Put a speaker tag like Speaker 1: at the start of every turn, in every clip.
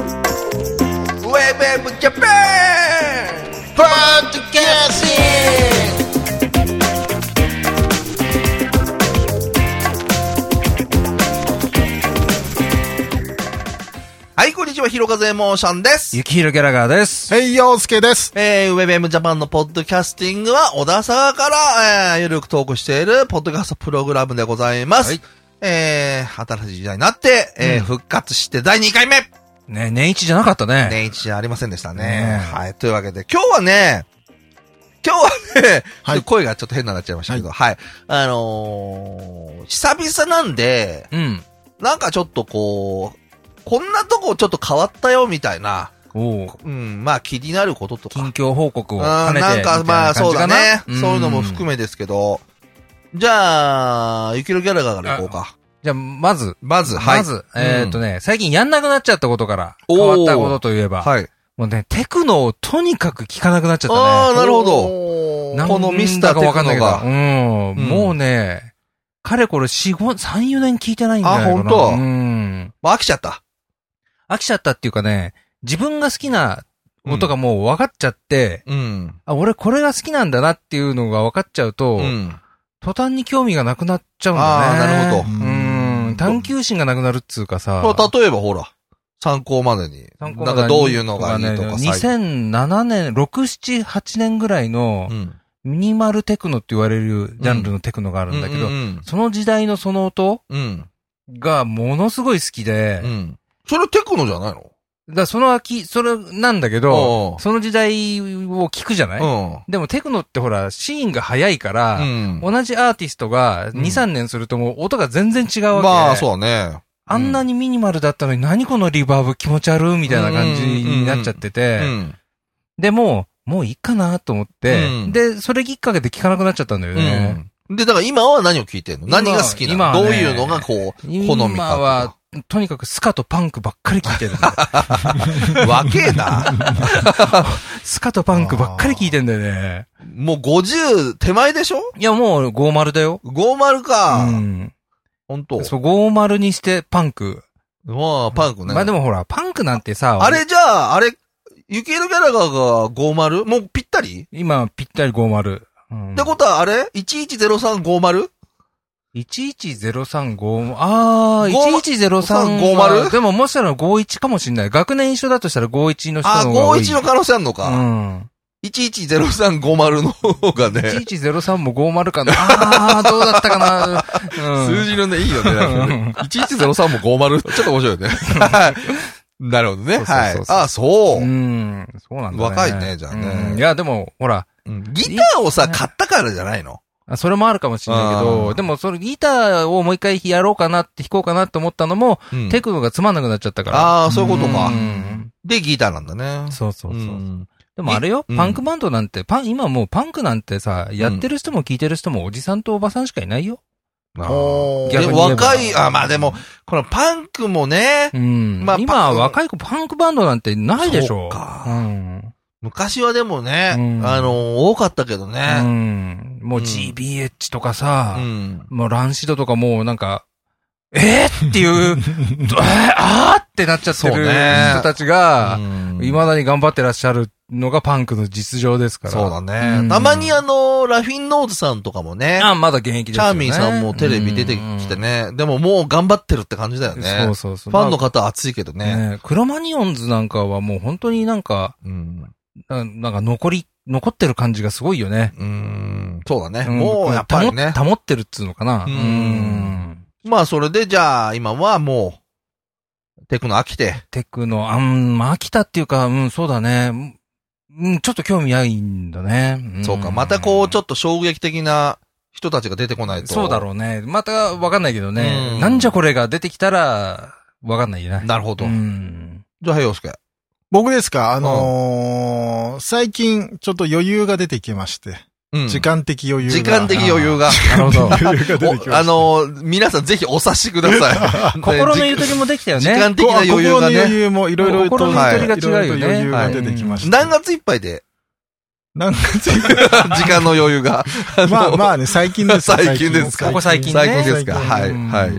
Speaker 1: ウェブウェブジャパンポッドキャスティングはい、こんにちは、ひろかぜモーションです。
Speaker 2: 雪広ギャラガーです。
Speaker 3: はい、洋介です。
Speaker 1: えー、ウェブ m ジャパンのポッドキャスティングは、小田沢から、えー、ゆるくトークしている、ポッドキャストプログラムでございます。
Speaker 2: はい
Speaker 1: えー、新しい時代になって、えー
Speaker 2: うん
Speaker 1: 復活して第2回目
Speaker 2: ね、年一じゃなかったね。
Speaker 1: 年一じゃありませんでしたね
Speaker 2: ね。
Speaker 1: はい、というわけで、今日はね、今日はね、
Speaker 3: はい
Speaker 1: 声がちょっと変になっちゃいましたけど、はい。あのー、久々なんで、
Speaker 2: うん。
Speaker 1: なんかちょっとこう、こんなとこちょっと変わったよ、みたいな、
Speaker 2: おお。
Speaker 1: うん、まあ気になることとか。
Speaker 2: 近況報告を
Speaker 1: あ
Speaker 2: 兼
Speaker 1: ー
Speaker 2: ねて。
Speaker 1: なんかまあそうだね。そういうのも含
Speaker 2: め。
Speaker 1: めですけど。じゃあ、ゆきろギャラガーからいこうか。
Speaker 2: じゃあ、まず。
Speaker 1: まず、はい。
Speaker 2: まず、えーっとね、最近やんなくなっちゃったことから、
Speaker 1: おー
Speaker 2: 変わったことといえば、
Speaker 1: はい。
Speaker 2: もうね、テクノをとにかく聞かなくなっちゃっ
Speaker 1: あ
Speaker 2: た
Speaker 1: あ、
Speaker 2: ね。
Speaker 1: なるほど。
Speaker 3: ど
Speaker 2: なん
Speaker 1: このミスターテクノが
Speaker 2: なんだかわかんないけど。うん。
Speaker 1: うん
Speaker 2: もうね、かれこれ4、5、3、4年聞いてないんだよ
Speaker 1: あほんと
Speaker 2: うん。
Speaker 1: まあ、飽きちゃった。
Speaker 2: 飽きちゃったっていうかね、自分が好きな音がもう分かっちゃって、
Speaker 1: うん。
Speaker 2: あ、俺これが好きなんだなっていうのが分かっちゃうと、
Speaker 1: うん。
Speaker 2: 途端に興味がなくなっちゃうんだね。
Speaker 1: あーなるほ
Speaker 3: ど
Speaker 2: うん。探求心がなくなるっつうかさ。
Speaker 1: これ例えばほら、参考までに。
Speaker 2: 参考
Speaker 1: な
Speaker 2: ま
Speaker 1: ん
Speaker 2: で
Speaker 1: かどういうのがいいとか
Speaker 2: ね
Speaker 1: 最近
Speaker 2: 2007年、6、7、8年ぐらいの
Speaker 1: う、ん。
Speaker 2: ミニマルテクノって言われるジャンルのテクノがあるんだけど、
Speaker 1: うんうん
Speaker 2: その時代のその音
Speaker 1: うん。うん。
Speaker 2: がものすごい好きで
Speaker 1: う、んそれテクノじゃないの
Speaker 2: だからその秋、それなんだけ
Speaker 1: おうお
Speaker 2: ど
Speaker 1: う、
Speaker 2: その時代を聞くじゃない、
Speaker 1: うん。
Speaker 2: でもテクノってほら、シーンが早いから、
Speaker 1: うん。
Speaker 2: 同じアーティストが2、
Speaker 1: うん
Speaker 2: 3年するともう音が全然違うわけ。
Speaker 1: まあ、そうだね。
Speaker 2: あんなにミニマルだったのに何このリバーブ気持ち悪いみたいな感じになっちゃって
Speaker 1: う
Speaker 2: て。
Speaker 1: ん。
Speaker 2: でも、もういいかなと思って、
Speaker 1: うん
Speaker 2: で、それきっかけで聞かなくなっちゃったんだよね。
Speaker 1: うん。で、だから今は何を聞いてんの
Speaker 2: 今は
Speaker 1: 何が好きな
Speaker 2: 今
Speaker 1: の
Speaker 2: はね
Speaker 1: どういうのがこう、好み
Speaker 2: 今
Speaker 1: か
Speaker 2: は、とにかくスカとパンクばっかり聞い てるんだよ。
Speaker 1: とか。若えな。
Speaker 2: スカとパンクばっかり聞いてんだよね。
Speaker 1: もう50手前でしょ
Speaker 2: いや、もう50だよ。
Speaker 1: ?50 か。
Speaker 2: うん。
Speaker 1: ほんと。
Speaker 2: そう、50にしてパンク。
Speaker 1: まあ、パンクね。
Speaker 2: まあでもほら、パンクなんてさ、
Speaker 1: あれじゃあ、あれ、ゆきえるギャラガーが 50? もうぴったり、
Speaker 2: 今ぴったり50。うん
Speaker 1: ってことはあれ ?110350?
Speaker 2: 11035、あー、
Speaker 1: ご
Speaker 2: 1103
Speaker 1: 50
Speaker 2: でももしかしたら51かもしんない。学年一緒だとしたら51の人
Speaker 1: あ、
Speaker 2: の方が多い。
Speaker 1: 51の可能性あんのか。
Speaker 2: うん。
Speaker 1: 110350の方がね、
Speaker 2: 1103も50かな。 あー、どうだったかな。うん
Speaker 1: 数字のね、いいよね。なんかね1103も50。ちょっと面白いよね。 なるほどね。
Speaker 2: そうそう
Speaker 1: はい
Speaker 2: そう。そう
Speaker 1: あ、そうう。
Speaker 2: ん。そうなんだね。
Speaker 1: 若いねじゃあね
Speaker 2: うんいや、でも、ほら、
Speaker 1: ギターをさ、買ったからじゃないの
Speaker 2: あそれもあるかもしんないけ
Speaker 1: あ
Speaker 2: ど、
Speaker 1: ー
Speaker 2: でもそのギターをもう一回やろうかなって弾こうかなって思ったのも、
Speaker 1: うん
Speaker 2: テクノがつまんなくなっちゃったから。
Speaker 1: ああ、そういうことか
Speaker 2: う。ん
Speaker 1: で、ギターなんだね。
Speaker 2: そうそうそう。
Speaker 1: ん
Speaker 2: でもあれよ、
Speaker 1: うん
Speaker 2: パンクバンドなんて、パン、今もうパンクなんてさ、やってる人も聞いてる人もおじさんとおばさんしかいないよ。
Speaker 1: なあ
Speaker 3: おー
Speaker 1: で
Speaker 2: 逆に言えば
Speaker 1: 若い、あ、まあでも、このパンクもね
Speaker 2: う、ん。
Speaker 1: まあ
Speaker 2: 今
Speaker 1: パン
Speaker 2: は若い子パンクバンドなんてないでし
Speaker 1: そ
Speaker 2: ょ。
Speaker 1: うか
Speaker 2: うん。
Speaker 1: 昔はでもね、
Speaker 2: うん
Speaker 1: あの、多かったけど
Speaker 2: う
Speaker 1: ね。
Speaker 2: ん。もう GBH とかさ
Speaker 1: う、ん。
Speaker 2: もうランシドとかもうな んか、えー、っていう、どえー、あーってなっちゃって
Speaker 1: そう
Speaker 2: る
Speaker 1: ね
Speaker 2: 人たちが、
Speaker 1: うん
Speaker 2: 未だに頑張ってらっしゃるのがパンクの実情ですから。
Speaker 1: そうだね。
Speaker 2: うん
Speaker 1: たまにあの、ラフィンノーズさんとかもね、
Speaker 2: あ、まだ現役
Speaker 1: チ
Speaker 2: ですよ
Speaker 1: ャ
Speaker 2: ね。
Speaker 1: ーミーさんもテレビ出てきてね、でももう頑張ってるって感じだよ
Speaker 2: うん。
Speaker 1: ね
Speaker 2: そう。そうそう。
Speaker 1: ファンの方熱いけどね。
Speaker 2: ねえ、クロマニオンズなんかはもう本当になんか、
Speaker 1: うん。
Speaker 2: ななんか残り、残ってる感じがすごいよね。
Speaker 1: うん。そうだね。
Speaker 2: ん
Speaker 1: もうやっぱりね。
Speaker 2: 保保ってるっつうのかな。
Speaker 1: うん
Speaker 2: うん
Speaker 1: まあそれでじゃあ、今はもう、テクノ飽きて。
Speaker 2: テクノ、あん、まあ、飽きたっていうか、うん、そうだね。うん、ちょっと興味ないんだね。ん
Speaker 1: そうか。またこう、ちょっと衝撃的な人たちが出てこないと。
Speaker 2: そうだろうね。またわかんないけどね
Speaker 1: う。ん
Speaker 2: なんじゃこれが出てきたら、わかんないよね。
Speaker 1: なるほど。
Speaker 2: うん。
Speaker 1: じゃあ、平洋介。
Speaker 3: 僕ですかあのー、最近、ちょっと余裕が出てきまして。
Speaker 1: うん
Speaker 3: 時間的余裕が。
Speaker 1: 時間的余裕 が。
Speaker 2: なるほ ど。
Speaker 3: 余裕が出てきました。
Speaker 1: おあのー、皆さんぜひお察しくだ さい。
Speaker 2: 心のゆ
Speaker 1: と
Speaker 2: とりもできたよ
Speaker 1: 時
Speaker 2: ね。
Speaker 1: 間的な余裕が
Speaker 3: 心の余
Speaker 1: ね。
Speaker 3: 裕もいろいろと、
Speaker 2: 心
Speaker 1: のゆ
Speaker 2: とりが違うよ
Speaker 3: いろいろ
Speaker 2: ね
Speaker 3: と余裕が出てきました。
Speaker 1: 何月いっぱい で
Speaker 3: 何月
Speaker 1: 時間の余裕が。
Speaker 3: まあ
Speaker 1: あ
Speaker 3: まあね、最近ですよ
Speaker 1: 最近ですか
Speaker 2: ここ最近ね
Speaker 1: 最近ですかはい
Speaker 2: うん
Speaker 1: はい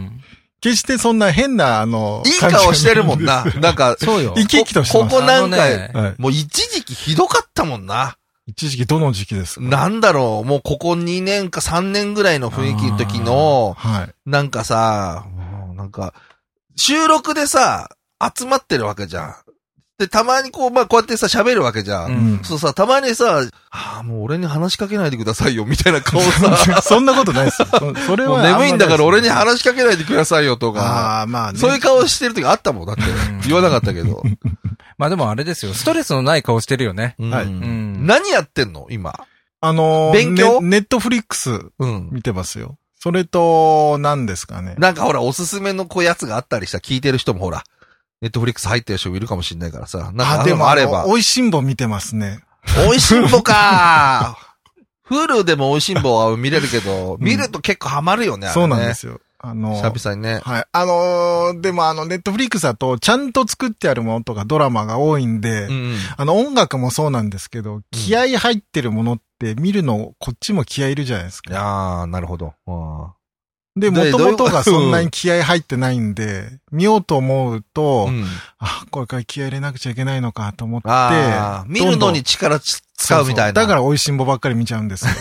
Speaker 3: 決してそんな変な、あの、
Speaker 1: いい顔してるもんな。
Speaker 3: 感じ
Speaker 1: なんか、
Speaker 2: そうよ
Speaker 3: 生。き生きとして
Speaker 1: こ
Speaker 3: ます。
Speaker 1: こ何回、
Speaker 2: あのね
Speaker 3: はい。
Speaker 1: もう一時期ひどかったもんな。
Speaker 3: 一時期どの時期ですか
Speaker 1: なんだろう、もうここ2年か3年ぐらいの雰囲気の時の、
Speaker 3: はい。
Speaker 1: なんかさ、うんなんか、収録でさ、集まってるわけじゃん。で、たまにこう、まあ、こうやってさ、喋るわけじゃん。
Speaker 2: うん
Speaker 1: そうさ、たまにさ、ああ、もう俺に話しかけないでくださいよ、みたいな顔さ、
Speaker 3: そんなことないですよ。そそれ
Speaker 1: もう
Speaker 3: は。
Speaker 1: 眠いんだから俺に
Speaker 3: 話
Speaker 1: 話しかけないでくださいよ、とか、
Speaker 3: ああー、まあね。
Speaker 1: そういう顔してる時あったもん、だって
Speaker 2: うん。
Speaker 1: 言わなかったけど。
Speaker 2: まあでもあれですよ。ストレスのない顔してるよね。
Speaker 1: うん
Speaker 3: はい
Speaker 2: うん
Speaker 1: 何やってんの今。
Speaker 3: あのー、
Speaker 1: 勉強
Speaker 3: ねネットフリックス
Speaker 1: うん。
Speaker 3: 見てますよ。それと、何ですかね。
Speaker 1: なんかほら、おすすめのこうやつがあったりしたら聞いてる人もほら、ネットフリックス入ってる人もいるかもしれないからさ。なんか
Speaker 3: あ、
Speaker 1: あで
Speaker 3: で
Speaker 1: も
Speaker 3: も、
Speaker 1: あ
Speaker 3: あ
Speaker 1: れ
Speaker 3: れ
Speaker 1: ば
Speaker 3: ば。。美味しんぼ見てますね。
Speaker 1: 美味しんぼ かフルでも美味しんぼは見れるけど、
Speaker 3: ん
Speaker 1: 見ると結構ハマるよね、あれね
Speaker 3: そうなんで。すよ。あのー、
Speaker 1: 久々にね。
Speaker 3: はい。あのーでもあの、ネットフリックスだと、ちゃんと作ってあるものとかドラマが多いんで、
Speaker 1: うん。
Speaker 3: あの、音楽もそうなんですけど、気合入ってるものって見るの、こっちも気合いるじゃないです
Speaker 1: い
Speaker 3: か。
Speaker 1: やー、なるほど。うん
Speaker 3: で、
Speaker 1: で
Speaker 3: 元々
Speaker 1: どういう
Speaker 3: がそんなに気合入ってないんで、見ようと思うと、
Speaker 1: うん。
Speaker 3: あ、これから気合入れなくちゃいけないのかと思って、
Speaker 1: あー、見
Speaker 3: ど
Speaker 1: る
Speaker 3: んど
Speaker 1: の
Speaker 3: ん
Speaker 1: に力つ使うみたいな。、
Speaker 3: そそだからら美味しんぼばっかり見ちゃうんです よ。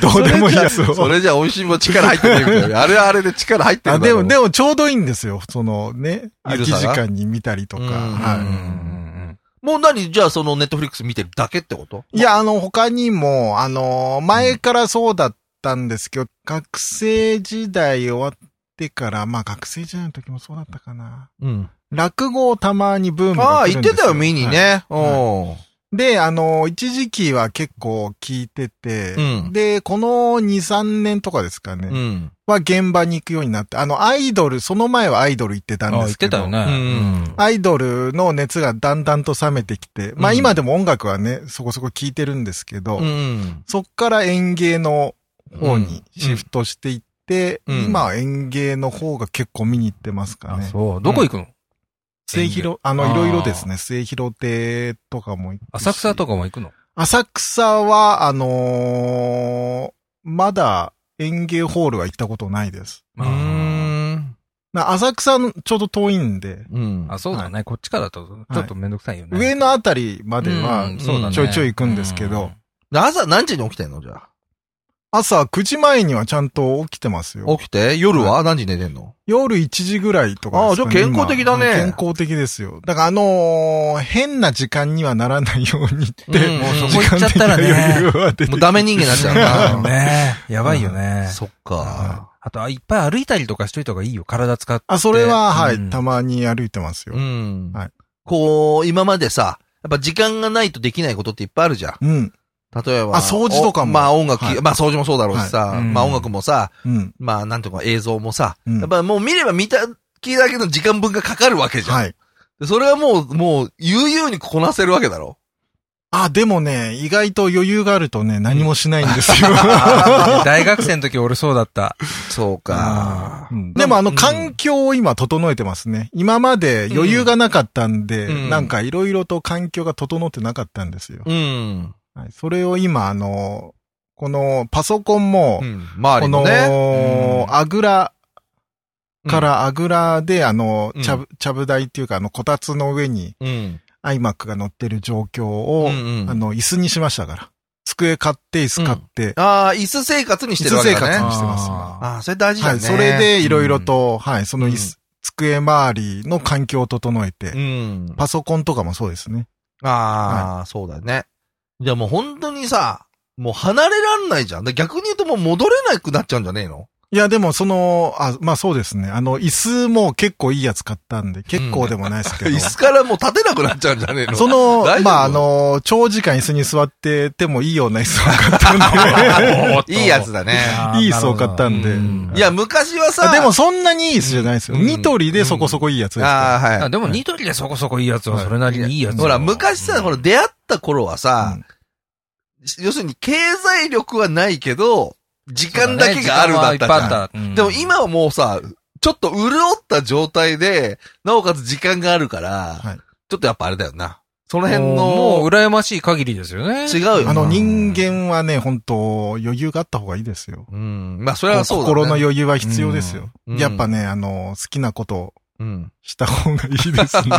Speaker 3: どうどうでもいいやつを
Speaker 1: それじゃ美味しんぼ力入ってるみたいな。あれはあれで力入ってる
Speaker 3: あ
Speaker 1: んだ
Speaker 3: で
Speaker 1: ろう
Speaker 3: も、でもちょうどいいんですよ。そのね、
Speaker 1: ゆ
Speaker 3: 空
Speaker 1: る
Speaker 3: き
Speaker 1: さが
Speaker 3: 時間に見たりとか。
Speaker 1: うん
Speaker 2: うん
Speaker 3: は
Speaker 2: うん
Speaker 1: もう何じゃあそのネットフリックス見てるだけってこと
Speaker 3: い。いや、あの、他にも、あの、前からそうだったんですけど、学生時代終わってから、まあ学生時代の時もそうだったかな。
Speaker 1: うん。
Speaker 3: 落語をたまにブーム
Speaker 1: あ
Speaker 3: が
Speaker 1: あ、
Speaker 3: 来
Speaker 1: 言
Speaker 3: る
Speaker 1: っ
Speaker 3: んです
Speaker 1: て
Speaker 3: よ。
Speaker 1: たよ、見に
Speaker 3: はい
Speaker 1: ね。うん。
Speaker 3: で、あの、一時期は結構聞いてて、
Speaker 1: うん
Speaker 3: で、この2、3年とかですかね、
Speaker 1: うん。
Speaker 3: は現場に行くようになって、あの、アイドル、その前はアイドル行ってた
Speaker 2: あ、
Speaker 3: んで
Speaker 2: 言っ
Speaker 3: すけ
Speaker 2: て
Speaker 3: ど。
Speaker 2: たよ
Speaker 1: う
Speaker 2: ね
Speaker 1: ん。
Speaker 3: アイドルの熱がだんだんと冷めてきて、まあ
Speaker 1: うん
Speaker 3: 今でも音楽はね、そこそこ聴いてるんですけど、
Speaker 1: うん。
Speaker 3: そっから演芸の方にシフトしていって、
Speaker 1: うんうん
Speaker 3: 今は演芸の方が結構見に行ってますか
Speaker 2: あ、
Speaker 3: ね。
Speaker 2: そう。どこ行くの
Speaker 3: 末広、あ
Speaker 2: あ
Speaker 3: の、
Speaker 2: ー
Speaker 3: いろいろですね、末広亭とかも行くし
Speaker 2: 浅草とかも行くの
Speaker 3: 浅草は、あのーまだ演芸ホールは行ったことないです。
Speaker 1: う。ん。
Speaker 3: な浅草のちょうど遠いんで、
Speaker 1: うん。
Speaker 2: あ、そうだね。こっちからだと、ちょっとめんどくさいよね。
Speaker 3: 上のあたりまでは
Speaker 2: うんそうだね
Speaker 3: ちょいちょい行くんですけど、
Speaker 1: 朝何時に起きてんのじゃあ。
Speaker 3: 朝9時前にはちゃんと起きてますよ。
Speaker 1: 起きて夜は何時寝てんの
Speaker 3: 夜1時ぐらいとかですか
Speaker 1: あ
Speaker 3: ね、
Speaker 1: じゃあ健康的だね
Speaker 3: 今健康的ですよ。だからあのー変な時間にはならないようにって、
Speaker 1: うん
Speaker 2: もうそ
Speaker 1: うん
Speaker 2: こ行っちゃったらね
Speaker 3: 時間的な余裕は出て
Speaker 1: もうダメ人間になっ ちゃう
Speaker 2: うんねやばいよね
Speaker 1: な。。そっ
Speaker 2: あ
Speaker 1: か。
Speaker 2: あと、いっぱい歩いたりとかしといた方がいいよ。体使って。
Speaker 3: あ、それは、はい、
Speaker 2: うん
Speaker 3: たまに歩いてますよ
Speaker 1: う。ん
Speaker 3: はい。
Speaker 1: こう、今までさ、やっぱ時間がないとできないことっていっぱいあるじゃん。
Speaker 3: うん、
Speaker 1: 例えば。
Speaker 3: あ掃除とか
Speaker 1: お
Speaker 3: も
Speaker 1: まあ音楽、
Speaker 3: はい
Speaker 1: まあ掃除もそうだろうしさ、
Speaker 2: はいうん
Speaker 1: まあ音楽もさ、
Speaker 3: うん、
Speaker 1: まあなんとか映像もさ、
Speaker 3: うん
Speaker 1: やっぱもう見れば見た、気だけの時間分がかかるわけじゃん。
Speaker 3: はい。
Speaker 1: でそれはもう、もう、悠々にこなせるわけだろ。
Speaker 3: あ、でもね、意外と余裕があるとね、何もしないん ですよ。
Speaker 2: 大学生の時俺そうだった。
Speaker 1: そうか。
Speaker 3: うんでもあの
Speaker 1: うん
Speaker 3: 環境を今整えてますね。今まで余裕がなかったんで、
Speaker 1: うん
Speaker 3: なんかいろいろと環境が整ってなかったんですよ。
Speaker 1: うん。
Speaker 3: はい、それを今あの、このパソコンも、
Speaker 1: うん。周
Speaker 3: こ
Speaker 1: りのね。
Speaker 3: の、
Speaker 2: うん
Speaker 3: あぐらか
Speaker 1: うん、
Speaker 3: らあぐらで、あの
Speaker 1: うん、
Speaker 3: ちゃぶ、ちゃぶ台っていうか、あの、こたつの上に
Speaker 1: うん。
Speaker 3: iMac が乗ってる状況を、
Speaker 1: うんうん
Speaker 3: あの、椅子にしましたから。机買って、椅子買って、
Speaker 1: ああ、椅子生活にしてるわけだね。
Speaker 3: 椅子生活してます
Speaker 2: あ
Speaker 1: ああ、それ大事だ
Speaker 3: は
Speaker 1: ね。
Speaker 3: い、それ、でいろいろと、はい、その椅子、机周りの環境を整えて、
Speaker 1: うん。
Speaker 3: パソコンとかもそうですね。
Speaker 1: ああ、そうだね。じゃあもう本当にさ、もう離れらんないじゃん。で逆に言うともう戻れなくなっちゃうんじゃねえの
Speaker 3: いや、でもその、あ、まあそうですね。あの、椅子も結構いいやつ買ったんで、結構でもないですけ ど。
Speaker 1: 椅子からもう立てなくなっちゃうんじゃねえの
Speaker 3: その
Speaker 1: 大丈、夫
Speaker 3: まあ、あの、長時間椅子に座っててもいいような椅子を買 ったんで、
Speaker 1: いいやつだね。
Speaker 2: あー
Speaker 3: いい椅子を買ったんで。
Speaker 2: うん
Speaker 1: いや、昔はさ、
Speaker 3: あでもそんなにいい椅子じゃないですよ。
Speaker 1: うん
Speaker 3: ニトリでそこそこいいやつです
Speaker 1: あ
Speaker 3: か
Speaker 1: あ、は
Speaker 2: あ
Speaker 1: い。
Speaker 2: でも、ニトリでそこそこいいやつは、それなりにいいやつだよ。
Speaker 1: ほら、昔さ、ほら、出会った頃は
Speaker 3: ら。
Speaker 1: さ
Speaker 3: う、ん
Speaker 1: 要するに経済力はないけど、時間だけがあるだ
Speaker 2: だ
Speaker 1: っ
Speaker 2: ったた
Speaker 1: じ
Speaker 2: じ
Speaker 1: ゃん。
Speaker 2: ゃん。
Speaker 1: でも今はもうさ、ちょっと潤った状態で、なおかつ時間があるから、
Speaker 3: はい
Speaker 1: ちょっとやっぱあれだよな。その辺
Speaker 2: もうもう
Speaker 1: の、
Speaker 2: 羨ましい限りですよね。
Speaker 1: 違うよな。
Speaker 3: あの人間はね、本当余裕があった方がいいですよ。
Speaker 1: うん。まあ、それはそうだ、ね。
Speaker 3: 心の余裕は必要ですよ。
Speaker 1: うん
Speaker 3: やっぱね、あの、好きなことを
Speaker 1: うん。
Speaker 3: した方がいいですね。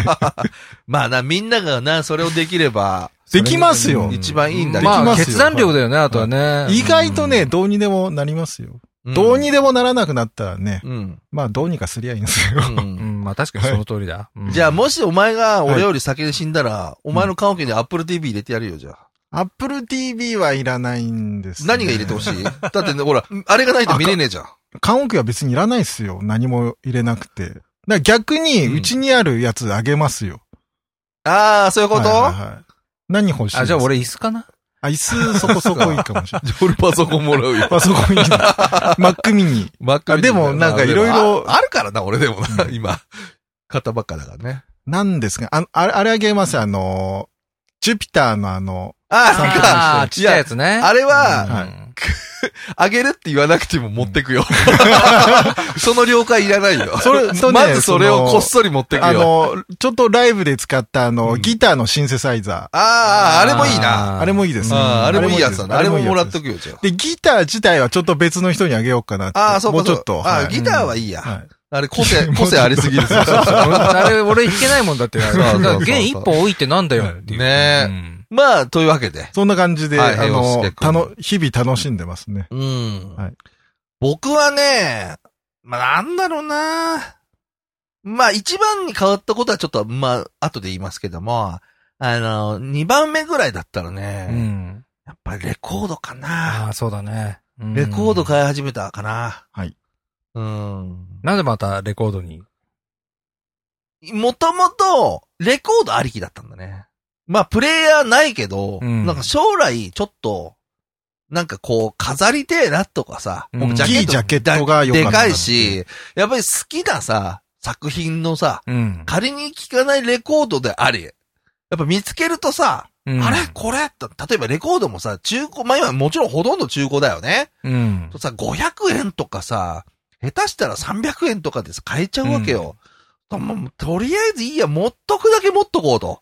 Speaker 1: まあな、みんながな、それをできれば、
Speaker 3: できますよ。
Speaker 1: 一番いいんだけど。
Speaker 2: ま
Speaker 3: で
Speaker 2: あ、
Speaker 3: きますよ
Speaker 2: 決断量だよね、あとはね。
Speaker 3: 意外とね、
Speaker 2: うん、
Speaker 3: どうにでもなりますよ。
Speaker 1: うん
Speaker 3: どうにでもならなくなったらね、
Speaker 1: うん。
Speaker 3: まあどうにかすりゃいいんですよ。
Speaker 1: う
Speaker 2: うんん、まあ確かにその通りだ。うん
Speaker 1: じゃあ、もしお前が俺より先に死んだら、お前の棺桶に Apple TV 入れてやるよ、じゃあ。
Speaker 3: Apple TV はいらないんです、
Speaker 1: 何が入れてほしいだってね、ほら、あれがないと見れねえじゃん。
Speaker 3: 缶オケは別にいらないですよ。何も入れなくて。だから逆に、
Speaker 1: うん
Speaker 3: うちにあるやつあげますよ。
Speaker 1: ああ、そういうこと、
Speaker 3: はいはいはい何欲しいですか
Speaker 2: あ、じゃあ俺椅子かな
Speaker 3: あ、椅子そこそこいいか もしれない。
Speaker 1: じゃあ俺パソコンもらうよ。
Speaker 3: パソコンいいな。 マックミニ。
Speaker 1: 真っ赤
Speaker 3: あでもなんかいろいろ
Speaker 1: ああるからな、俺でもな、今。型ばっかだからね。
Speaker 3: 何ですかあのあれ、あれあげますあの、ジュピターのあの、
Speaker 1: あ
Speaker 3: 参
Speaker 1: あ、
Speaker 3: 加
Speaker 2: ああ、ちっちゃいやつね。
Speaker 1: あれは
Speaker 2: うん
Speaker 3: は
Speaker 1: あげるって言わなくても持ってくよ。その了解いらないよ。
Speaker 3: それそれね
Speaker 1: まずそれを
Speaker 3: その
Speaker 1: こっそり持ってくよ。
Speaker 3: あ
Speaker 1: あ
Speaker 3: の、ちょっとライブで使ったあの、
Speaker 1: うん
Speaker 3: ギターのシンセサイザ
Speaker 1: あー、あれもいいな。
Speaker 3: ー。あれもいいですね。
Speaker 1: ああ、あれもいいやつだな。あれももらっと
Speaker 3: く。
Speaker 1: くよ、じゃあ。
Speaker 3: で、ギター自体はちょっと別の人にあげようかなって。
Speaker 1: ああ、そうか。
Speaker 3: もうちょっ
Speaker 1: そ
Speaker 3: と。
Speaker 1: うかあ
Speaker 3: は
Speaker 1: あ、
Speaker 3: い
Speaker 1: ギターはいいや。
Speaker 3: はい
Speaker 1: あれ、個性、個性ありすぎる。そうそうそう
Speaker 2: あれ、俺弾けないもんだって。だから弦一本置いてなんだよっていう。
Speaker 1: ねえ
Speaker 2: うん
Speaker 1: まあ、というわけで。
Speaker 3: そんな感じで、
Speaker 1: はい
Speaker 3: あ
Speaker 1: 平和
Speaker 3: の
Speaker 1: 助、君
Speaker 3: たの、日々楽しんでますね。
Speaker 1: うん。
Speaker 3: はい
Speaker 1: 僕はね、まあ、なんだろうな。まあ、一番に変わったことはちょっと、まあ、後で言いますけども、あの、二番目ぐらいだったらね、
Speaker 2: うん。
Speaker 1: やっぱりレコードかな。
Speaker 2: ああ、そうだね。うん
Speaker 1: レコード買い始めたかな。
Speaker 3: はい。
Speaker 1: うん。
Speaker 2: なぜまたレコードに
Speaker 1: もともと、レコードありきだったんだね。まあ、プレイヤーないけど、
Speaker 2: うん
Speaker 1: なんか将来、ちょっと、なんかこう、飾りてえなとかさ、
Speaker 2: うん
Speaker 1: 僕
Speaker 3: いいジャケットが良か
Speaker 1: で
Speaker 3: った。
Speaker 1: かい。し、やっぱり好きなさ、作品のさ、
Speaker 2: うん。
Speaker 1: 仮に聴かないレコードであり、やっぱ見つけるとさ、
Speaker 2: うん
Speaker 1: あれこれと例えばレコードもさ、中古、まあ今もちろんほとんど中古だよね。
Speaker 2: うん。
Speaker 1: さ、500円とかさ、下手したら300円とかでさ、買えちゃうわけよ。ともうとりあえずいいや、持っとくだけ持っとこうと。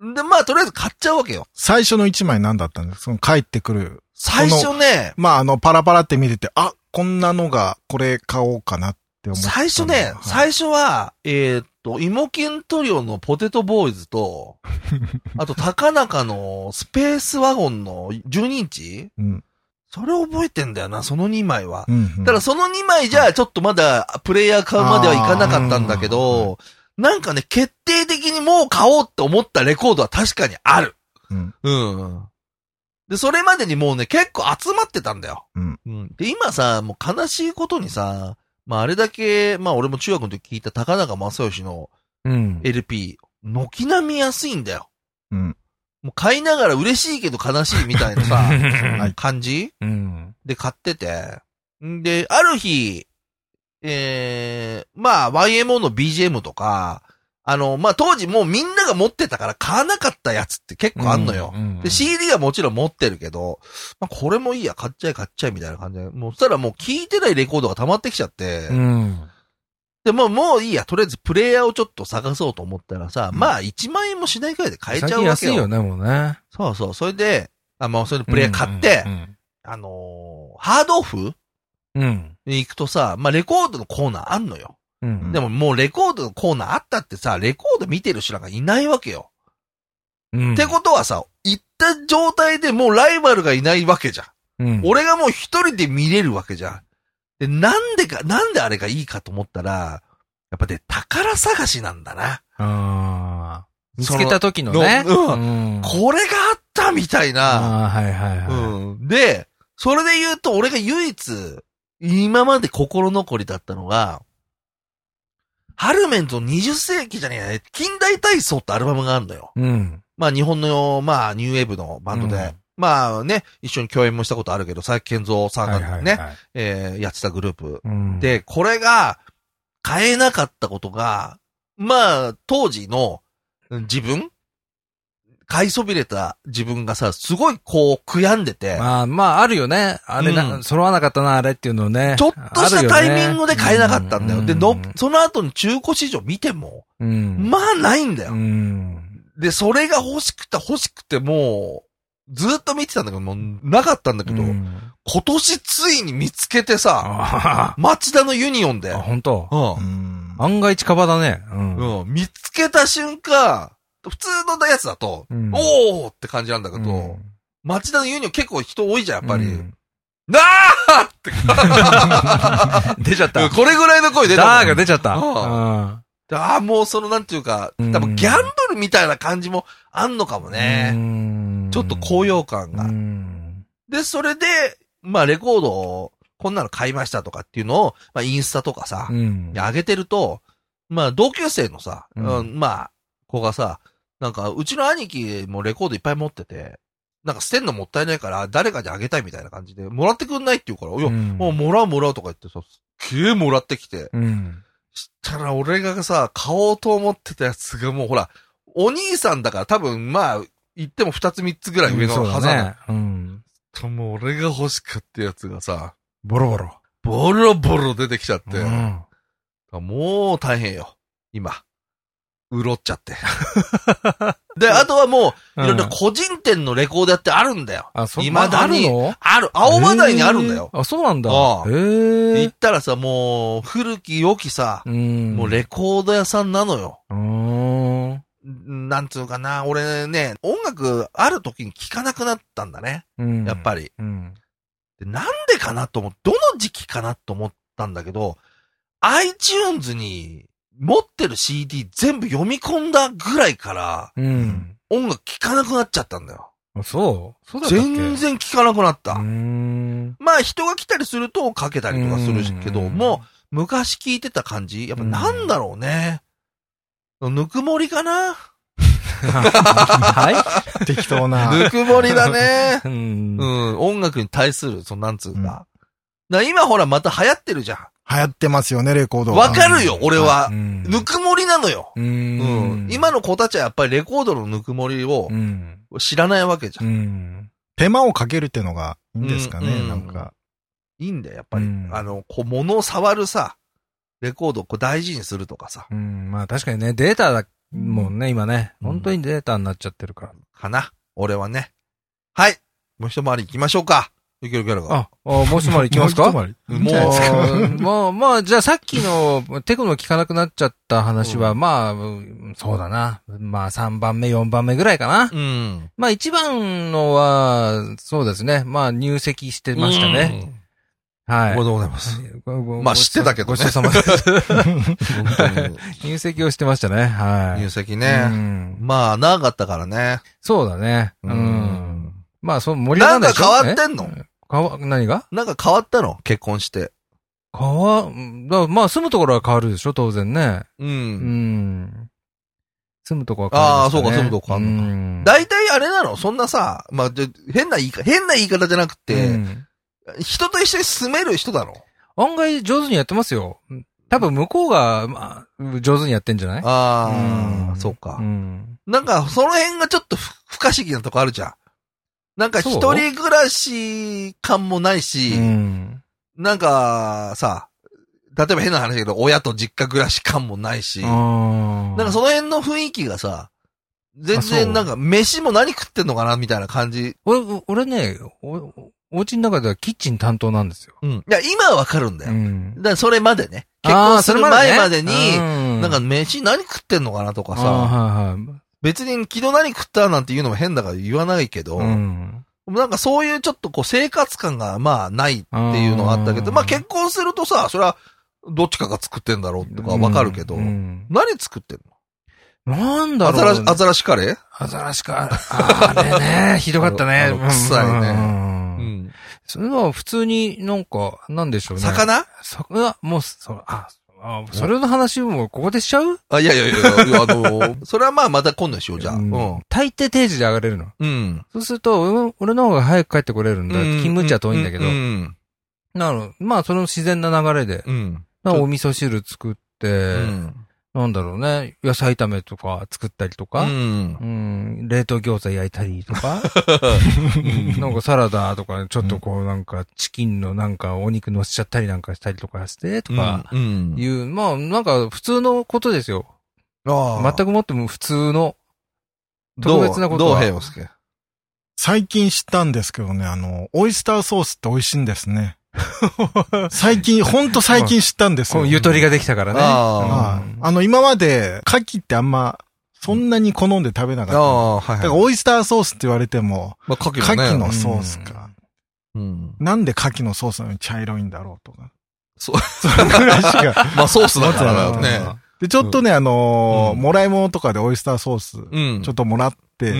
Speaker 1: で、まあとりあえず買っちゃうわけよ。
Speaker 3: 最初の一枚何だったんですかその帰ってくる。
Speaker 1: 最初ね、
Speaker 3: まあ、あの、パラパラって見てて、あ、こんなのが、これ買おうかなって思ったの。
Speaker 1: 最初ね、
Speaker 3: はい
Speaker 1: 最初は、えーっと、イモキントリオのポテトボーイズと、 あと、高中のスペースワゴンの12インチ
Speaker 3: うん。
Speaker 1: それ覚えてんだよな、その2枚は。
Speaker 3: うんうん。
Speaker 1: ただその2枚じゃ、ちょっとまだ、プレイヤー買うまではいかなかったんだけど、なんかね、決定的にもう買おうって思ったレコードは確かにある。
Speaker 3: うん。
Speaker 1: うん。で、それまでにもうね、結構集まってたんだよ。
Speaker 3: うん。
Speaker 1: で、今さ、もう悲しいことにさ、まああれだけ、まあ俺も中学の時聞いた高中正義の
Speaker 2: うん。
Speaker 1: LP、軒並み安いんだよ。
Speaker 3: うん。
Speaker 1: もう買いながら嬉しいけど悲しいみたいなさ、
Speaker 2: はい
Speaker 1: 感じ
Speaker 2: うん。
Speaker 1: で買ってて。んで、ある日、えー、まあ、YMO の BGM とか、あの、まあ、当時もうみんなが持ってたから買わなかったやつって結構あんのよ。
Speaker 2: うんうんうん
Speaker 1: で、CD はもちろん持ってるけど、まあ、これもいいや、買っちゃえ、買っちゃえ、みたいな感じで。もう、そしたらもう聞いてないレコードが溜まってきちゃって、
Speaker 2: うん。
Speaker 1: で、もう、もういいや、とりあえずプレイヤーをちょっと探そうと思ったらさ、
Speaker 3: うん
Speaker 1: まあ、1万円もしないくらいで買えち
Speaker 2: 最
Speaker 1: ゃう
Speaker 2: 近
Speaker 1: わけ
Speaker 2: 安
Speaker 1: よ。
Speaker 2: いよね、もうね。
Speaker 1: そうそう、それで、あ、まあ、それでプレイヤー買って、あのーハードオフ
Speaker 2: うん。うん。
Speaker 1: に行くとさ、まあ、レコードのコーナーあんのよ。
Speaker 2: うん。
Speaker 1: でももうレコードのコーナーあったってさ、レコード見てる人なんかいないわけよ。
Speaker 2: うん、
Speaker 1: ってことはさ、行った状態でもうライバルがいないわけじゃん。
Speaker 2: うん、
Speaker 1: 俺がもう一人で見れるわけじゃん。で、なんでか、なんであれがいいかと思ったら、やっぱね、宝探しなんだな。
Speaker 2: ああ。見つけた時のね。
Speaker 1: その
Speaker 2: ん
Speaker 1: これがあったみたいな。
Speaker 2: ああ、はいはいは
Speaker 1: うん。で、それで言うと、俺が唯一、今まで心残りだったのが、ハルメンズの20世紀じゃねえや、近代体操ってアルバムがあるのよ。
Speaker 2: い。うん。
Speaker 1: まあ日本の、まあニューウェーブのバンドで、
Speaker 2: うん
Speaker 1: まあね、一緒に共演もしたことあるけど、佐伯健三さんがね、
Speaker 2: はい。
Speaker 1: えーやってたグループ。
Speaker 2: うん、
Speaker 1: で、これが、買えなかったことが、まあ当時のうん自分買いそびれた自分がさ、すごいこう悔やんでて、
Speaker 2: まあまあ、あるよね。あれな、
Speaker 1: うん
Speaker 2: 揃わなかったな、あれっていうの ね。
Speaker 1: ちょっとしたタイミングで買えなかったんだよ。での、
Speaker 2: う
Speaker 1: その後に中古市場見ても、
Speaker 2: ん、
Speaker 1: まあないんだ
Speaker 2: う
Speaker 1: よ。
Speaker 2: ん。
Speaker 1: で、それが欲しくて欲しくてもう、ずっと見てたんだけど、もうなかったんだけど、
Speaker 2: うん
Speaker 1: 今年ついに見つけてさ、
Speaker 2: あ
Speaker 1: 町田のユニオンで、
Speaker 2: ーあ、
Speaker 1: う
Speaker 2: 本当。
Speaker 1: ん
Speaker 3: う、ん。
Speaker 2: 案外近場だね。うん。
Speaker 1: うん、見つけた瞬間、普通のやつだと、
Speaker 2: うん
Speaker 1: おーって感じなんだけど、
Speaker 2: うん
Speaker 1: 町田のユニオン結構人多いじゃん、やっぱり。
Speaker 2: うん
Speaker 1: なーって。
Speaker 2: 出ちゃった。
Speaker 1: これぐらいの声出たもん。
Speaker 2: ダーが出ちゃった。
Speaker 1: うん
Speaker 2: うん
Speaker 1: ああ、もうそのなんていうか、
Speaker 2: うん
Speaker 1: 多分ギャンブルみたいな感じもあんのかもね。
Speaker 2: ね
Speaker 1: ちょっと高揚感が。
Speaker 2: うん
Speaker 1: で、それで、まあレコードを、こんなの買いましたとかっていうのを、まあインスタとかさ
Speaker 2: う、
Speaker 1: に
Speaker 2: ん
Speaker 1: 上げてると、まあ同級生のさ、
Speaker 2: うん
Speaker 1: うんまあ、子がさ、なんかうちの兄貴もレコードいっぱい持ってて、なんか捨てんのもったいないから誰かにあげたいみたいな感じで、もらってくんないって言うから、いや、もうもらうもらうとか言ってさ、すっげえもらってきて、
Speaker 2: うん。
Speaker 1: したら俺がさ、買おうと思ってたやつがもうほら、お兄さんだから多分まあ、言っても二つ三つぐらい上のはずなの
Speaker 2: そうだね。うん。
Speaker 1: ともう俺が欲しかったやつがさ、
Speaker 2: ボロボロ。
Speaker 1: ボロボロ出てきちゃって、
Speaker 2: うん
Speaker 1: もう大変よ。今。うろっちゃ って。で、あとはもう、いろんな個人店のレコードやってあるんだよ。
Speaker 2: あ、そ
Speaker 1: 未だに
Speaker 2: あるの
Speaker 1: ある、青葉台にあるんだよ。
Speaker 2: へーあ、そうなんだ。
Speaker 1: ああ
Speaker 2: へ
Speaker 1: で
Speaker 2: え
Speaker 1: 行っ。たらさ、もう、古き良きさ、
Speaker 2: うん
Speaker 1: もうレコード屋さんなのよ。
Speaker 2: うーん。う
Speaker 1: なんつうかな、俺ね、音楽ある時に聴かなくなったんだね。
Speaker 2: ん
Speaker 1: やっぱり。
Speaker 2: うん。
Speaker 1: でなんでかなと思って、どの時期かなと思ったんだけど、iTunes に持ってる CD 全部読み込んだぐらいから、
Speaker 2: うん。
Speaker 1: 音楽聴かなくなっちゃったんだよ。
Speaker 2: あそうそうだったっけ
Speaker 1: 全然聴かなくなった。
Speaker 2: うーん。
Speaker 1: まあ人が来たりするとかけたりとかするけど、
Speaker 2: うん
Speaker 1: もう昔聴いてた感じ、やっぱなんだろうね。ぬくもりかな
Speaker 2: は
Speaker 3: 適当な。
Speaker 1: ぬくもりだね。
Speaker 2: いうん
Speaker 1: う
Speaker 2: うん
Speaker 1: ん、音楽に対する、その、なんつうか。だから今ほらまた流行ってるじゃ
Speaker 3: 流行ってますよね、レコー
Speaker 1: ん。
Speaker 3: ドは。
Speaker 1: わかるよ、俺は。ぬ
Speaker 2: ぬ
Speaker 1: くもりなのよ。
Speaker 2: う
Speaker 1: うん
Speaker 2: ん。。
Speaker 1: 今の子たちはやっぱりレコードのぬくもりを
Speaker 2: うん。
Speaker 1: 知らないわけじゃ。
Speaker 2: うんん。
Speaker 3: 手間をかけるってのがいいんですかね、
Speaker 1: うん
Speaker 3: なんか。
Speaker 1: いいんだよ、やっぱり。
Speaker 2: うん
Speaker 1: あの、こう、物を触るさ、レコードをこう大事にするとかさ、
Speaker 2: うん。まあ確かにね、データだもんね、今ね。
Speaker 1: うん
Speaker 2: 本当にデータになっちゃってるから。
Speaker 1: かな。俺はね。はい。もう一回り行きましょうか。よけよけるか。
Speaker 2: あ、あもう一回り行きますか
Speaker 3: も
Speaker 2: も
Speaker 3: う一回りいいん
Speaker 2: う
Speaker 3: じゃないですか、
Speaker 2: もう、まあ、じゃあさっきのテクノ聞かなくなっちゃった話は、まあ、うんそうだな。まあ3番目、4番目ぐらいかな。
Speaker 1: うん。
Speaker 2: まあ一番のは、そうですね。まあ入籍してましたね。
Speaker 1: うん。お
Speaker 2: はい
Speaker 1: めでとうございます。
Speaker 2: ご。
Speaker 1: まあ知ってたけどね
Speaker 2: ごちそうさまです。
Speaker 1: 本当に。
Speaker 2: 入籍をしてましたね。はい。
Speaker 1: 入籍
Speaker 2: う
Speaker 1: ね。
Speaker 2: ん
Speaker 1: まあ、長かったからね。
Speaker 2: そうだね。う。
Speaker 1: うんん
Speaker 2: まあ、その盛り上
Speaker 1: なん
Speaker 2: がんない
Speaker 1: か
Speaker 2: でし
Speaker 1: 変
Speaker 2: ょ
Speaker 1: わってんの
Speaker 2: えかわ、何が
Speaker 1: なんか変わったの結婚して。
Speaker 2: 変わ、うんだまあ、住むところは変わるでしょ当然ね。
Speaker 1: う。
Speaker 2: うんん。住むとこは変わる、ね。
Speaker 1: ああそうか住むとこ変わるのか
Speaker 2: のっ
Speaker 1: 大体あれなのそんなさ、まあ、で変な言い方、変な言い方じゃなくて、人と一緒に住める人だろ
Speaker 2: 案外上手にやってますよ。多分向こうが、まあ、上手にやってんじゃない
Speaker 1: ああ、
Speaker 2: ん
Speaker 1: そうか
Speaker 2: う。ん。
Speaker 1: なんか、その辺がちょっとふ不可思議なとこあるじゃん。なんか、
Speaker 2: そう
Speaker 1: 一人暮らし感もないうし、
Speaker 2: ん。
Speaker 1: なんか、さ、例えば変な話だけど、親と実家暮らし感もないし、なん
Speaker 2: あー
Speaker 1: かその辺の雰囲気がさ、全
Speaker 2: あそう
Speaker 1: 然なんか、飯も何食ってんのかなみたいな感じ。
Speaker 2: 俺、俺ね、お、お家の中ではキッチン担当なんですよ。
Speaker 1: うん。いや、今はわかるんだよ。
Speaker 2: ん
Speaker 1: だからそれまでね。結婚する前までに、な
Speaker 2: な
Speaker 1: んか飯何食ってんのかなとか
Speaker 2: あ
Speaker 1: さ、
Speaker 2: はいはい
Speaker 1: 別に昨日何食ったなんて言うのも変だから言わないけど、
Speaker 2: うん
Speaker 1: なんかそういうちょっとこう生活感がまあないっていうのがあったけど、まあ結婚するとさ、それはどっちかが作ってんだろうとかわかるけど、
Speaker 2: うんうん
Speaker 1: 何作ってん
Speaker 2: なん
Speaker 1: の
Speaker 2: だ
Speaker 1: アザ
Speaker 2: ろ
Speaker 1: ラ
Speaker 2: う
Speaker 1: シ、アザラシカレー
Speaker 2: アザラシか。ああれね、ひどかっ た
Speaker 1: あ
Speaker 2: ね
Speaker 1: のあの。臭いねう
Speaker 2: うんうんうん
Speaker 1: ん。
Speaker 2: それは普通になんか、なんでしょうね。
Speaker 1: 魚
Speaker 2: 魚もう、そ、あ、あそれの話もここでしちゃう
Speaker 1: あ、いやいやいやいや、あの、 それはまあまた今度にしよう、じゃあ。う
Speaker 2: うん
Speaker 1: ん。
Speaker 2: 大抵定時で上がれるの。
Speaker 1: うん。
Speaker 2: そうすると、うん俺の方が早く帰ってこれるんだ。勤務地は遠いんだけど
Speaker 1: う。ん。
Speaker 2: なるまあ、その自然な流れで、
Speaker 1: うん。
Speaker 2: まあお味噌汁作って
Speaker 1: う、ん。
Speaker 2: なんだろうね、野菜炒めとか作ったりと
Speaker 1: う
Speaker 2: か、
Speaker 1: ん
Speaker 2: う。ん、冷凍餃子焼いたりとか、
Speaker 1: うん
Speaker 2: なんかサラダとか、ちょっとこうなんかチキンのなんかお肉乗せちゃったりなんかしたりとかして、とか、
Speaker 1: うん
Speaker 2: いう、まあなんか普通のことですよ。
Speaker 1: ああ
Speaker 2: 全くもっても普通の、特別なこと
Speaker 1: どう、ど
Speaker 2: は
Speaker 1: う平洋介。
Speaker 3: 最近知ったんですけどね、あの、オイスターソースって美味しいんですね。 最近、ほんと最近知ったんです
Speaker 2: こ
Speaker 3: よ。
Speaker 2: うゆとりができたからね。
Speaker 1: あ
Speaker 3: はい。あの、今まで、牡蠣ってあんま、そんなに好んで食べなか
Speaker 1: あ
Speaker 3: った。
Speaker 1: あ、はい
Speaker 3: だから、
Speaker 1: はい。
Speaker 3: オイスターソースって言われても、
Speaker 1: まあ、牡
Speaker 3: 牡
Speaker 1: 蠣のね。
Speaker 3: 蠣のソースか。
Speaker 1: うん。
Speaker 3: なんで牡蠣のソースなのに茶色いんだろうとか。。
Speaker 1: そう
Speaker 3: それぐらいしか。
Speaker 1: まあ、ソースだから
Speaker 3: うん
Speaker 1: ね。
Speaker 3: で、ちょっとね、あのー
Speaker 1: うん
Speaker 3: もらい物とかでオイスターソース、
Speaker 1: うん。
Speaker 3: ちょ
Speaker 1: っ
Speaker 3: っともらって、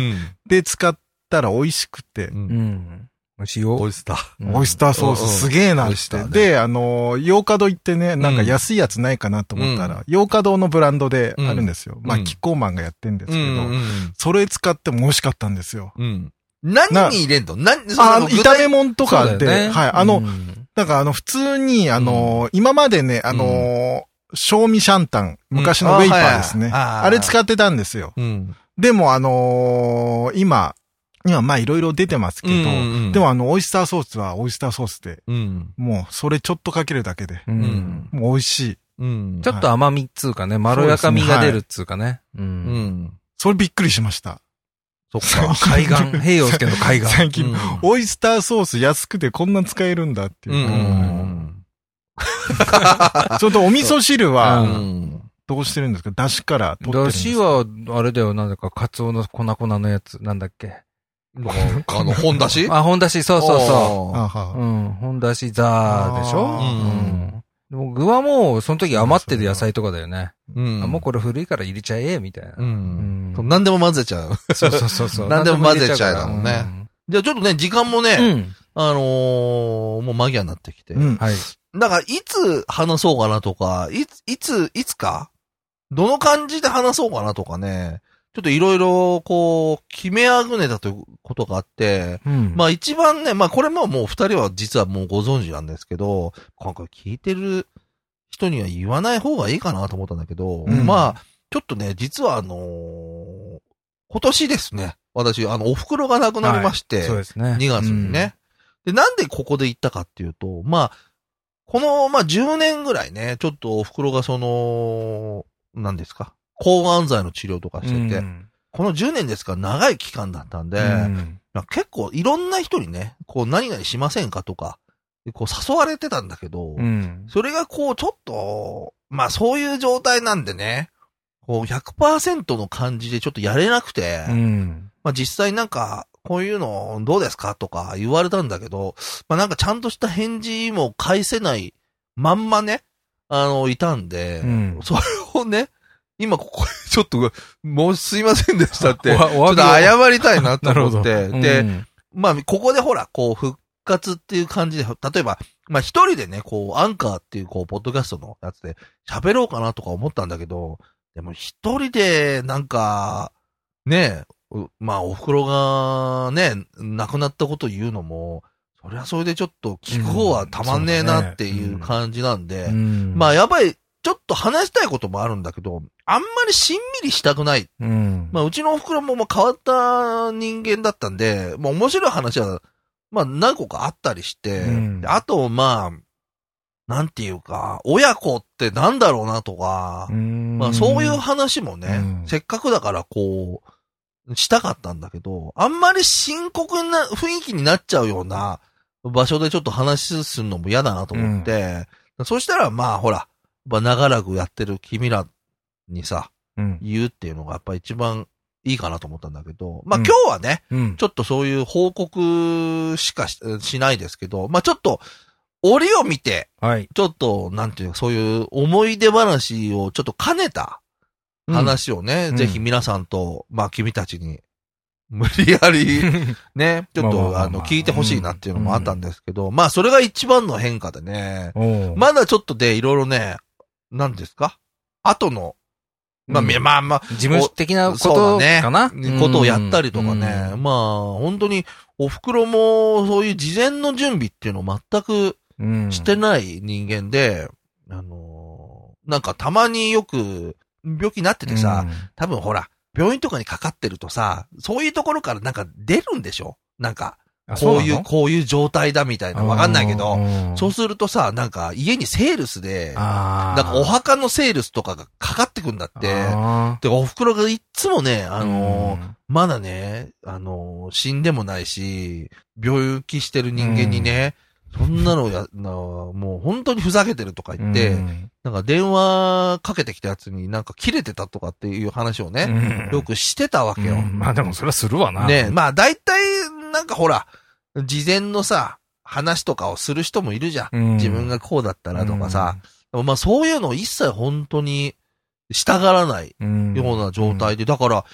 Speaker 3: で、使ったら美味しくて、
Speaker 2: うん。うん。美味しいよ。
Speaker 1: オイスター。
Speaker 2: うん
Speaker 3: オイスターソー
Speaker 1: うん
Speaker 3: スすげえな
Speaker 1: オ
Speaker 3: っ
Speaker 1: イス
Speaker 3: て。
Speaker 1: ターね
Speaker 3: で、あのー、洋華堂行ってね、なんか安いやつないかなと思ったら、洋華堂のブランドであるんですよ。まあ、
Speaker 1: うん
Speaker 3: キッコーマンがやってんです
Speaker 1: う
Speaker 3: けど、
Speaker 1: ん。
Speaker 3: それ使っても美味しかったんですよ。
Speaker 1: うん。何に入れんの何、そ
Speaker 3: あ
Speaker 1: の具
Speaker 3: 炒
Speaker 1: 体
Speaker 3: め物とか
Speaker 2: そう
Speaker 3: で、
Speaker 2: だよね
Speaker 3: はい。あの、
Speaker 2: うん
Speaker 3: なんかあの、普通に、あのー今までね、あのー賞味シャンタン、昔のウェイパーですね。
Speaker 1: うんあはいはい
Speaker 3: あ
Speaker 1: あー
Speaker 3: れ使ってたんですよ。
Speaker 1: うん。
Speaker 3: でも、あのー今、今、まあ、いろいろ出てますけど、
Speaker 1: うんうん
Speaker 3: でも、あの、オイスターソースはオイスターソースで、
Speaker 1: うん。
Speaker 3: もう、それちょっとかけるだけで、
Speaker 2: う
Speaker 1: うんん。
Speaker 3: もう美味しい。
Speaker 1: うん。
Speaker 2: ちょっと甘みっつうかね、まろやかみが出るっつうかね。う。
Speaker 1: うんん。
Speaker 3: それびっくりしました。
Speaker 1: そっか。
Speaker 2: 海岸、平洋介の海岸。
Speaker 3: 最近、オイスターソース安くてこんな使えるんだって
Speaker 1: う
Speaker 3: いう。
Speaker 1: ん。
Speaker 3: それとお味噌汁
Speaker 1: う
Speaker 3: は、
Speaker 1: ん。
Speaker 3: どうしてるんですかだしから取ってるん
Speaker 2: だ
Speaker 3: ですか
Speaker 2: し、は、あれだよ、なんだか、カツオの粉々のやつ、なんだっけ。
Speaker 1: あの、本出し
Speaker 2: あ、本だし、そうそうそ
Speaker 3: あ
Speaker 1: う。
Speaker 3: は
Speaker 2: う。うん、本だし、ザーでしょ
Speaker 3: あ
Speaker 1: ー
Speaker 2: うん。でも具はもう、その時余ってる野菜とかだよね。
Speaker 1: うん
Speaker 2: あもうこれ古いから入れちゃえ、みたいな。
Speaker 1: うん
Speaker 2: うん
Speaker 1: 何でも混ぜちゃう。
Speaker 2: そうそうそうそ う。
Speaker 1: 何でも混ぜちゃうだ
Speaker 2: も
Speaker 1: も
Speaker 2: ん
Speaker 1: んね。じゃあちょっとね、時間も
Speaker 2: う
Speaker 1: ね、
Speaker 2: ん。
Speaker 1: あのー、もう間際になってきて。
Speaker 3: うん。
Speaker 2: はい。
Speaker 1: なんか、いつ話そうかなとか、いつ、いつ、いつかどの感じで話そうかなとかね、ちょっといろいろ、こう、決めあぐねたということがあって、
Speaker 2: うん。
Speaker 1: まあ一番ね、まあこれももう二人は実はもうご存知なんですけど、今回聞いてる人には言わない方がいいかなと思ったんだけど、
Speaker 3: うん
Speaker 1: まあ、ちょっとね、実はあのー今年ですね、私、あの、お袋が亡くなりまして、
Speaker 2: そうですね。
Speaker 1: 2月にね。で、なんでここで行ったかっていうと、まあ、この、まあ、10年ぐらいね、ちょっとお袋がその、何ですか、抗がん剤の治療とか
Speaker 2: う
Speaker 1: して
Speaker 2: ん。
Speaker 1: て、
Speaker 2: うん
Speaker 1: この10年ですから長い期間だったんで、
Speaker 2: うん
Speaker 1: まあ結構いろんな人にね、こう何々しませんかとか、こう誘われてたんだけど、
Speaker 2: うん。
Speaker 1: それがこうちょっと、まあそういう状態なんでね、こう100%の感じでちょっとやれなくて、
Speaker 2: うん。
Speaker 1: まあ実際なんか、こういうのどうですかとか言われたんだけど、まあなんかちゃんとした返事も返せないまんまね、あの、いたんで、
Speaker 2: うん
Speaker 1: それをね、今ここでちょっと、もうすいませんでしたって、ちょっ
Speaker 2: お詫
Speaker 1: と
Speaker 2: びを
Speaker 1: 謝りたいなと思っ
Speaker 2: な
Speaker 1: て、で、まあここでほら、こう復活っていう感じで、例えば、まあ一人でね、こうアンカーっていうこう、ポッドキャストのやつで喋ろうかなとか思ったんだけど、でも一人でなんか、ねえ、うまあ、お袋がね、亡くなったことを言うのも、そりゃそれでちょっと聞く方はたまんねえなって
Speaker 2: うん
Speaker 1: い
Speaker 2: そうだ
Speaker 1: う
Speaker 2: ね
Speaker 1: 感じなんで、
Speaker 2: うん
Speaker 1: まあ、、やばい、ちょっと話したいこともあるんだけど、あんまりしんみりしたくない。
Speaker 2: うん。
Speaker 1: まあ、うちのお袋ももう変わった人間だったんで、まあ、面白い話は、まあ、何個かあったりして、
Speaker 2: うん
Speaker 1: であと、まあ、なんていうか、親子ってなんだろうなとか、
Speaker 2: うん、
Speaker 1: まあそういう話もね、
Speaker 2: うん
Speaker 1: せっかくだからこう、したかったんだけど、あんまり深刻な雰囲気になっちゃうような場所でちょっと話するのも嫌だなと思って、そしたらまあほら、やっぱ長らくやってる君らにさ、
Speaker 2: うん、
Speaker 1: 言うっていうのがやっぱ一番いいかなと思ったんだけど、まあ
Speaker 2: うん
Speaker 1: 今日はね、
Speaker 2: うん。
Speaker 1: ちょっとそういう報告しかししないですけど、まあちょっと、折を見て、
Speaker 2: はい。
Speaker 1: ちょっと、なんていうか、そういう思い出話をちょっと兼ねた話をね、
Speaker 2: うん
Speaker 1: ぜひ皆さんと、まあ君たちに、無理やり、ね、ちょっ
Speaker 2: まあまあまあ
Speaker 1: と、
Speaker 2: まあ
Speaker 1: あの、聞いてほしいなっていうのもあったんですけど、まあそれが一番の変化でね、
Speaker 2: おう、
Speaker 1: まだちょっとで、いろいろね、何ですか後の、まあ、
Speaker 2: うん
Speaker 1: まあまあ、
Speaker 2: 事務的なこ
Speaker 1: そう
Speaker 2: と
Speaker 1: だね
Speaker 2: かな、
Speaker 1: ことをやったりとかね、
Speaker 2: うん
Speaker 1: まあ本当に、お袋もそういう事前の準備っていうのを全く、
Speaker 2: うん
Speaker 1: してない人間で、あのーなんかたまによく病気になっててさ、、多分ほら、病院とかにかかってるとさ、そういうところからなんか出るんでしょなんか、
Speaker 2: あそ
Speaker 1: こう
Speaker 2: ないの
Speaker 1: う、こういう状態だみたいな。わかんないけど、、そううするとさ、なんか家にセールスで、
Speaker 2: あ
Speaker 1: なんかお墓のセールスとかがかかってくんだって。
Speaker 2: あ
Speaker 1: で、お袋がいっつもね、あ
Speaker 2: ー
Speaker 1: のーまだね、あのー死んでもないし、病気してる人間にね、そんなのや、なもう本当にふざけてるとか言って、
Speaker 2: うん
Speaker 1: なんか電話かけてきたやつになんか切れてたとかっていう話をね、
Speaker 2: うん
Speaker 1: よくしてたわけよ。
Speaker 2: うんまあでもそれはするわな。
Speaker 1: ねえ、まあ大体、なんかほら、事前のさ、話とかをする人もいるじゃん。
Speaker 2: うん
Speaker 1: 自分がこうだったらとかさ。、でもまあそういうのを一切本当に従らない
Speaker 2: うん
Speaker 1: ような状態で、だから、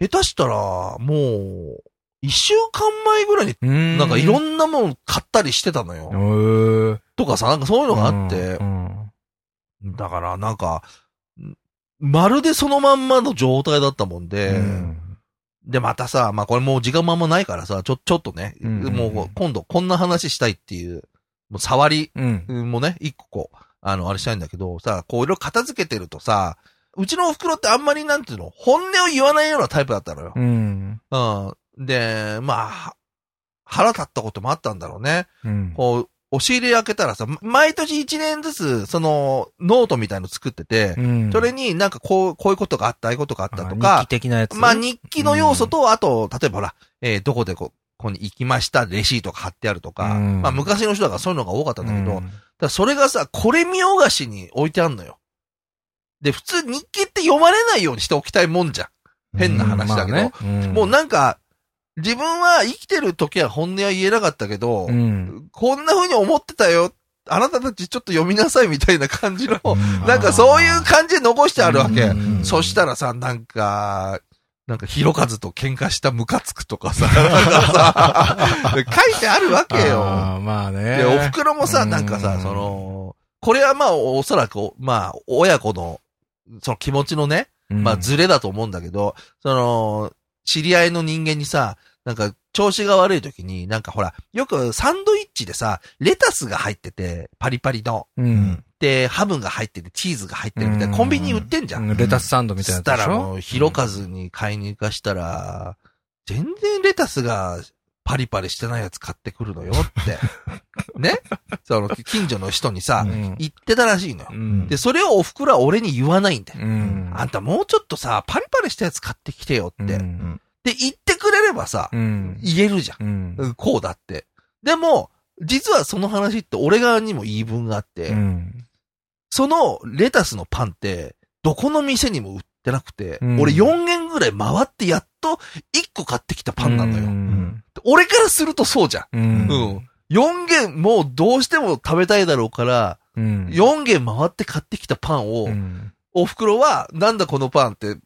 Speaker 1: 下手したら、もう、一週間前ぐらいに、
Speaker 2: うん
Speaker 1: なんかいろ
Speaker 2: ん
Speaker 1: んなもん買ったりしてたのよ。
Speaker 2: な
Speaker 1: とかさ、なんかそういうのがあって
Speaker 2: う、ん
Speaker 1: だからなんか、んまるでそのまんまの状態だったもん
Speaker 2: う
Speaker 1: で、
Speaker 2: ん
Speaker 1: で、またさ、まあこれもう時間もあんまないからさ、ちょ、ちょっとね、
Speaker 2: うんうんうん
Speaker 1: もう今度こんな話したいっていう、もう触り
Speaker 2: うん
Speaker 1: もね、一個、あの、あれしたいんだけど、さ、こういろいろ片付けてるとさ、うちのお袋ってあんまりなんていうの、本音を言わないようなタイプだったのよ
Speaker 2: う。ん
Speaker 1: うん。で、まあ、は腹立ったこともあったんだろうね。
Speaker 2: うん
Speaker 1: こう、押し入れ開けたらさ、毎年一年ずつ、その、ノートみたいの作ってて、
Speaker 2: うん
Speaker 1: それになんかこう、こういうことがあった、ああいうことがあったと
Speaker 2: あ
Speaker 1: か
Speaker 2: 日記、的なやつ。
Speaker 1: まあ、日記の要素と、あと、例えばほら、えーどこでこ、ここに行きました、レシートが貼ってあるとか、
Speaker 2: うん
Speaker 1: まあ、昔の人だからそういうのが多かったんだけど、
Speaker 2: う
Speaker 1: だか
Speaker 2: ん
Speaker 1: らそれがさ、これ見よがしに置いてあんのよ。で、普通日記って読まれないようにしておきたいもんじゃ変な話だけど
Speaker 2: うんまあね
Speaker 1: ん。もうなんか、自分は生きてる時は本音は言えなかったけど、
Speaker 2: うん
Speaker 1: こんな風に思ってたよ。あなたたちちょっと読みなさいみたいな感じの、
Speaker 2: うん
Speaker 1: なんかそういう感じで残してあるわけ。
Speaker 2: うん
Speaker 1: そしたらさ、なんか、なんか、ひろかずと喧嘩したムカつくとか さ、なんかさ、書いてあるわけよ。
Speaker 2: あーまあね。
Speaker 1: で、お袋もさ、
Speaker 2: うん
Speaker 1: なんかさ、その、これはまあ、おそらく、まあ、親子の、その気持ちのね、まあ、ズレだと思うんだけど、その、知り合いの人間にさ、なんか、調子が悪い時に、なんかほら、よくサンドイッチでさ、レタスが入ってて、パリパリの。
Speaker 2: うん。
Speaker 1: で、ハムが入ってて、チーズが入ってるみたいな、コンビニに売ってんじゃん。
Speaker 2: レタスサンドみたい
Speaker 1: し
Speaker 2: なやつで
Speaker 1: た
Speaker 2: し
Speaker 1: ら
Speaker 2: ょ。
Speaker 1: もう、ひろかずに買いに行かしたら、全然レタスがパリパリしてないやつ買ってくるのよって。 ねその、近所の人にさ
Speaker 2: う、ん
Speaker 1: 言ってたらしいのよ。
Speaker 2: うん
Speaker 1: で、それをおふくらは俺に言わないんだよ。
Speaker 2: うん
Speaker 1: あんたもうちょっとさ、パリパリしたやつ買ってきてよ
Speaker 2: う
Speaker 1: っ
Speaker 2: ん
Speaker 1: て。で、言ってくれればさ
Speaker 2: う、ん。
Speaker 1: 言えるじゃん。
Speaker 2: うん
Speaker 1: うんこうだって。でも、実はその話って俺側にも言い分があって、
Speaker 2: うん
Speaker 1: そのレタスのパンって、どこの店にも売ってなくて、
Speaker 2: うん
Speaker 1: 俺4軒ぐらい回ってやっと1個買ってきたパンなのよ。
Speaker 2: うん
Speaker 1: 俺からするとそうじゃ。
Speaker 2: うん
Speaker 1: うん。4軒もうどうしても食べたいだろうから、
Speaker 2: ん
Speaker 1: 4軒回って買ってきたパンを、
Speaker 2: うん
Speaker 1: お袋は、なんだこのパンって、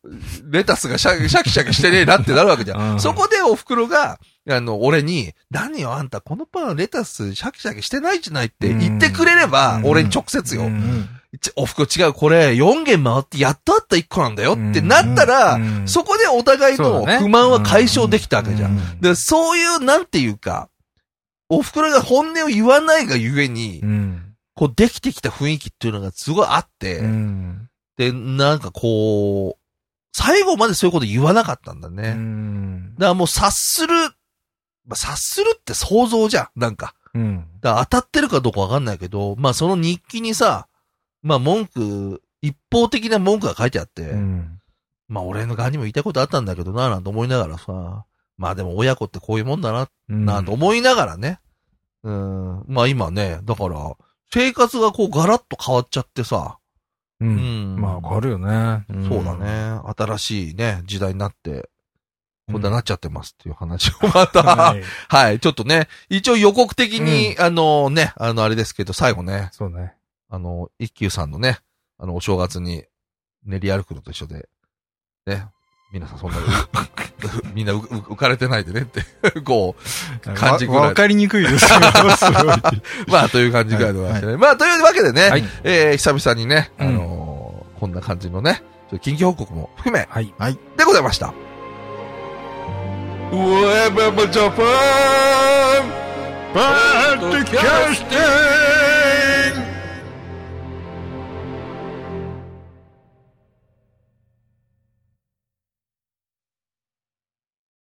Speaker 1: レタスがシャシャキシャキしてねえなってなるわけじゃ。
Speaker 2: うんん
Speaker 1: そこでお袋が、あの、俺に、何よあんたこのパンレタスシャキシャキしてないじゃないって言ってくれれば
Speaker 2: う、ん
Speaker 1: 俺に直接よ。
Speaker 2: うん
Speaker 1: ちおふくろ違う、これ4軒回ってやっとあった1個なんだよってなったら、
Speaker 2: うん
Speaker 1: そこでお互い
Speaker 2: そ
Speaker 1: の
Speaker 2: うだね
Speaker 1: 不満は解消できたわけじゃ。
Speaker 2: うんん
Speaker 1: で、そういう、なんていうか、おふくろが本音を言わないがゆえに
Speaker 2: う、ん
Speaker 1: こうできてきた雰囲気っていうのがすごいあって、
Speaker 2: うん
Speaker 1: で、なんかこう、最後までそういうこと言わなかったんだね。
Speaker 2: うん
Speaker 1: だからもう察する、まあ、察するって想像じゃん、なんか。
Speaker 2: うん
Speaker 1: だから当たってるかどうかわかんないけど、まあその日記にさ、まあ文句、一方的な文句が書いてあって、
Speaker 2: うん
Speaker 1: まあ俺の側にも言いたいことあったんだけどな、なんて思いながらさ、まあでも親子ってこういうもんだな、なんて思いながらね。うん、まあ今ね、だから、生活がこうガラッと変わっちゃってさ、
Speaker 2: う
Speaker 1: うんん。
Speaker 2: まあ、変わるよね。ん
Speaker 1: そうだ。ね、新しいね、時代になって、こんななっちゃってますっていう話をまた、
Speaker 2: はい
Speaker 1: はい、ちょっとね、一応予告的に、あのね、あのあれですけど、最後ね、
Speaker 2: そうね。
Speaker 1: あの、一休さんのね、あの、お正月に練り歩くのと一緒で、ね、皆さん そんな、うみんなうう浮かれてないでねって、こ感じぐらい
Speaker 3: わわかりにく いですよ。すごい。
Speaker 1: う、まあという感じぐらいでございましてね。まあというわけでね、
Speaker 2: はい
Speaker 1: えー、久々にね、あ
Speaker 2: うん
Speaker 1: のーこんな感じのね、ちょっと緊急報告も含め、
Speaker 2: はい。
Speaker 1: でございました。ウェブジャパン
Speaker 3: バッドキャステー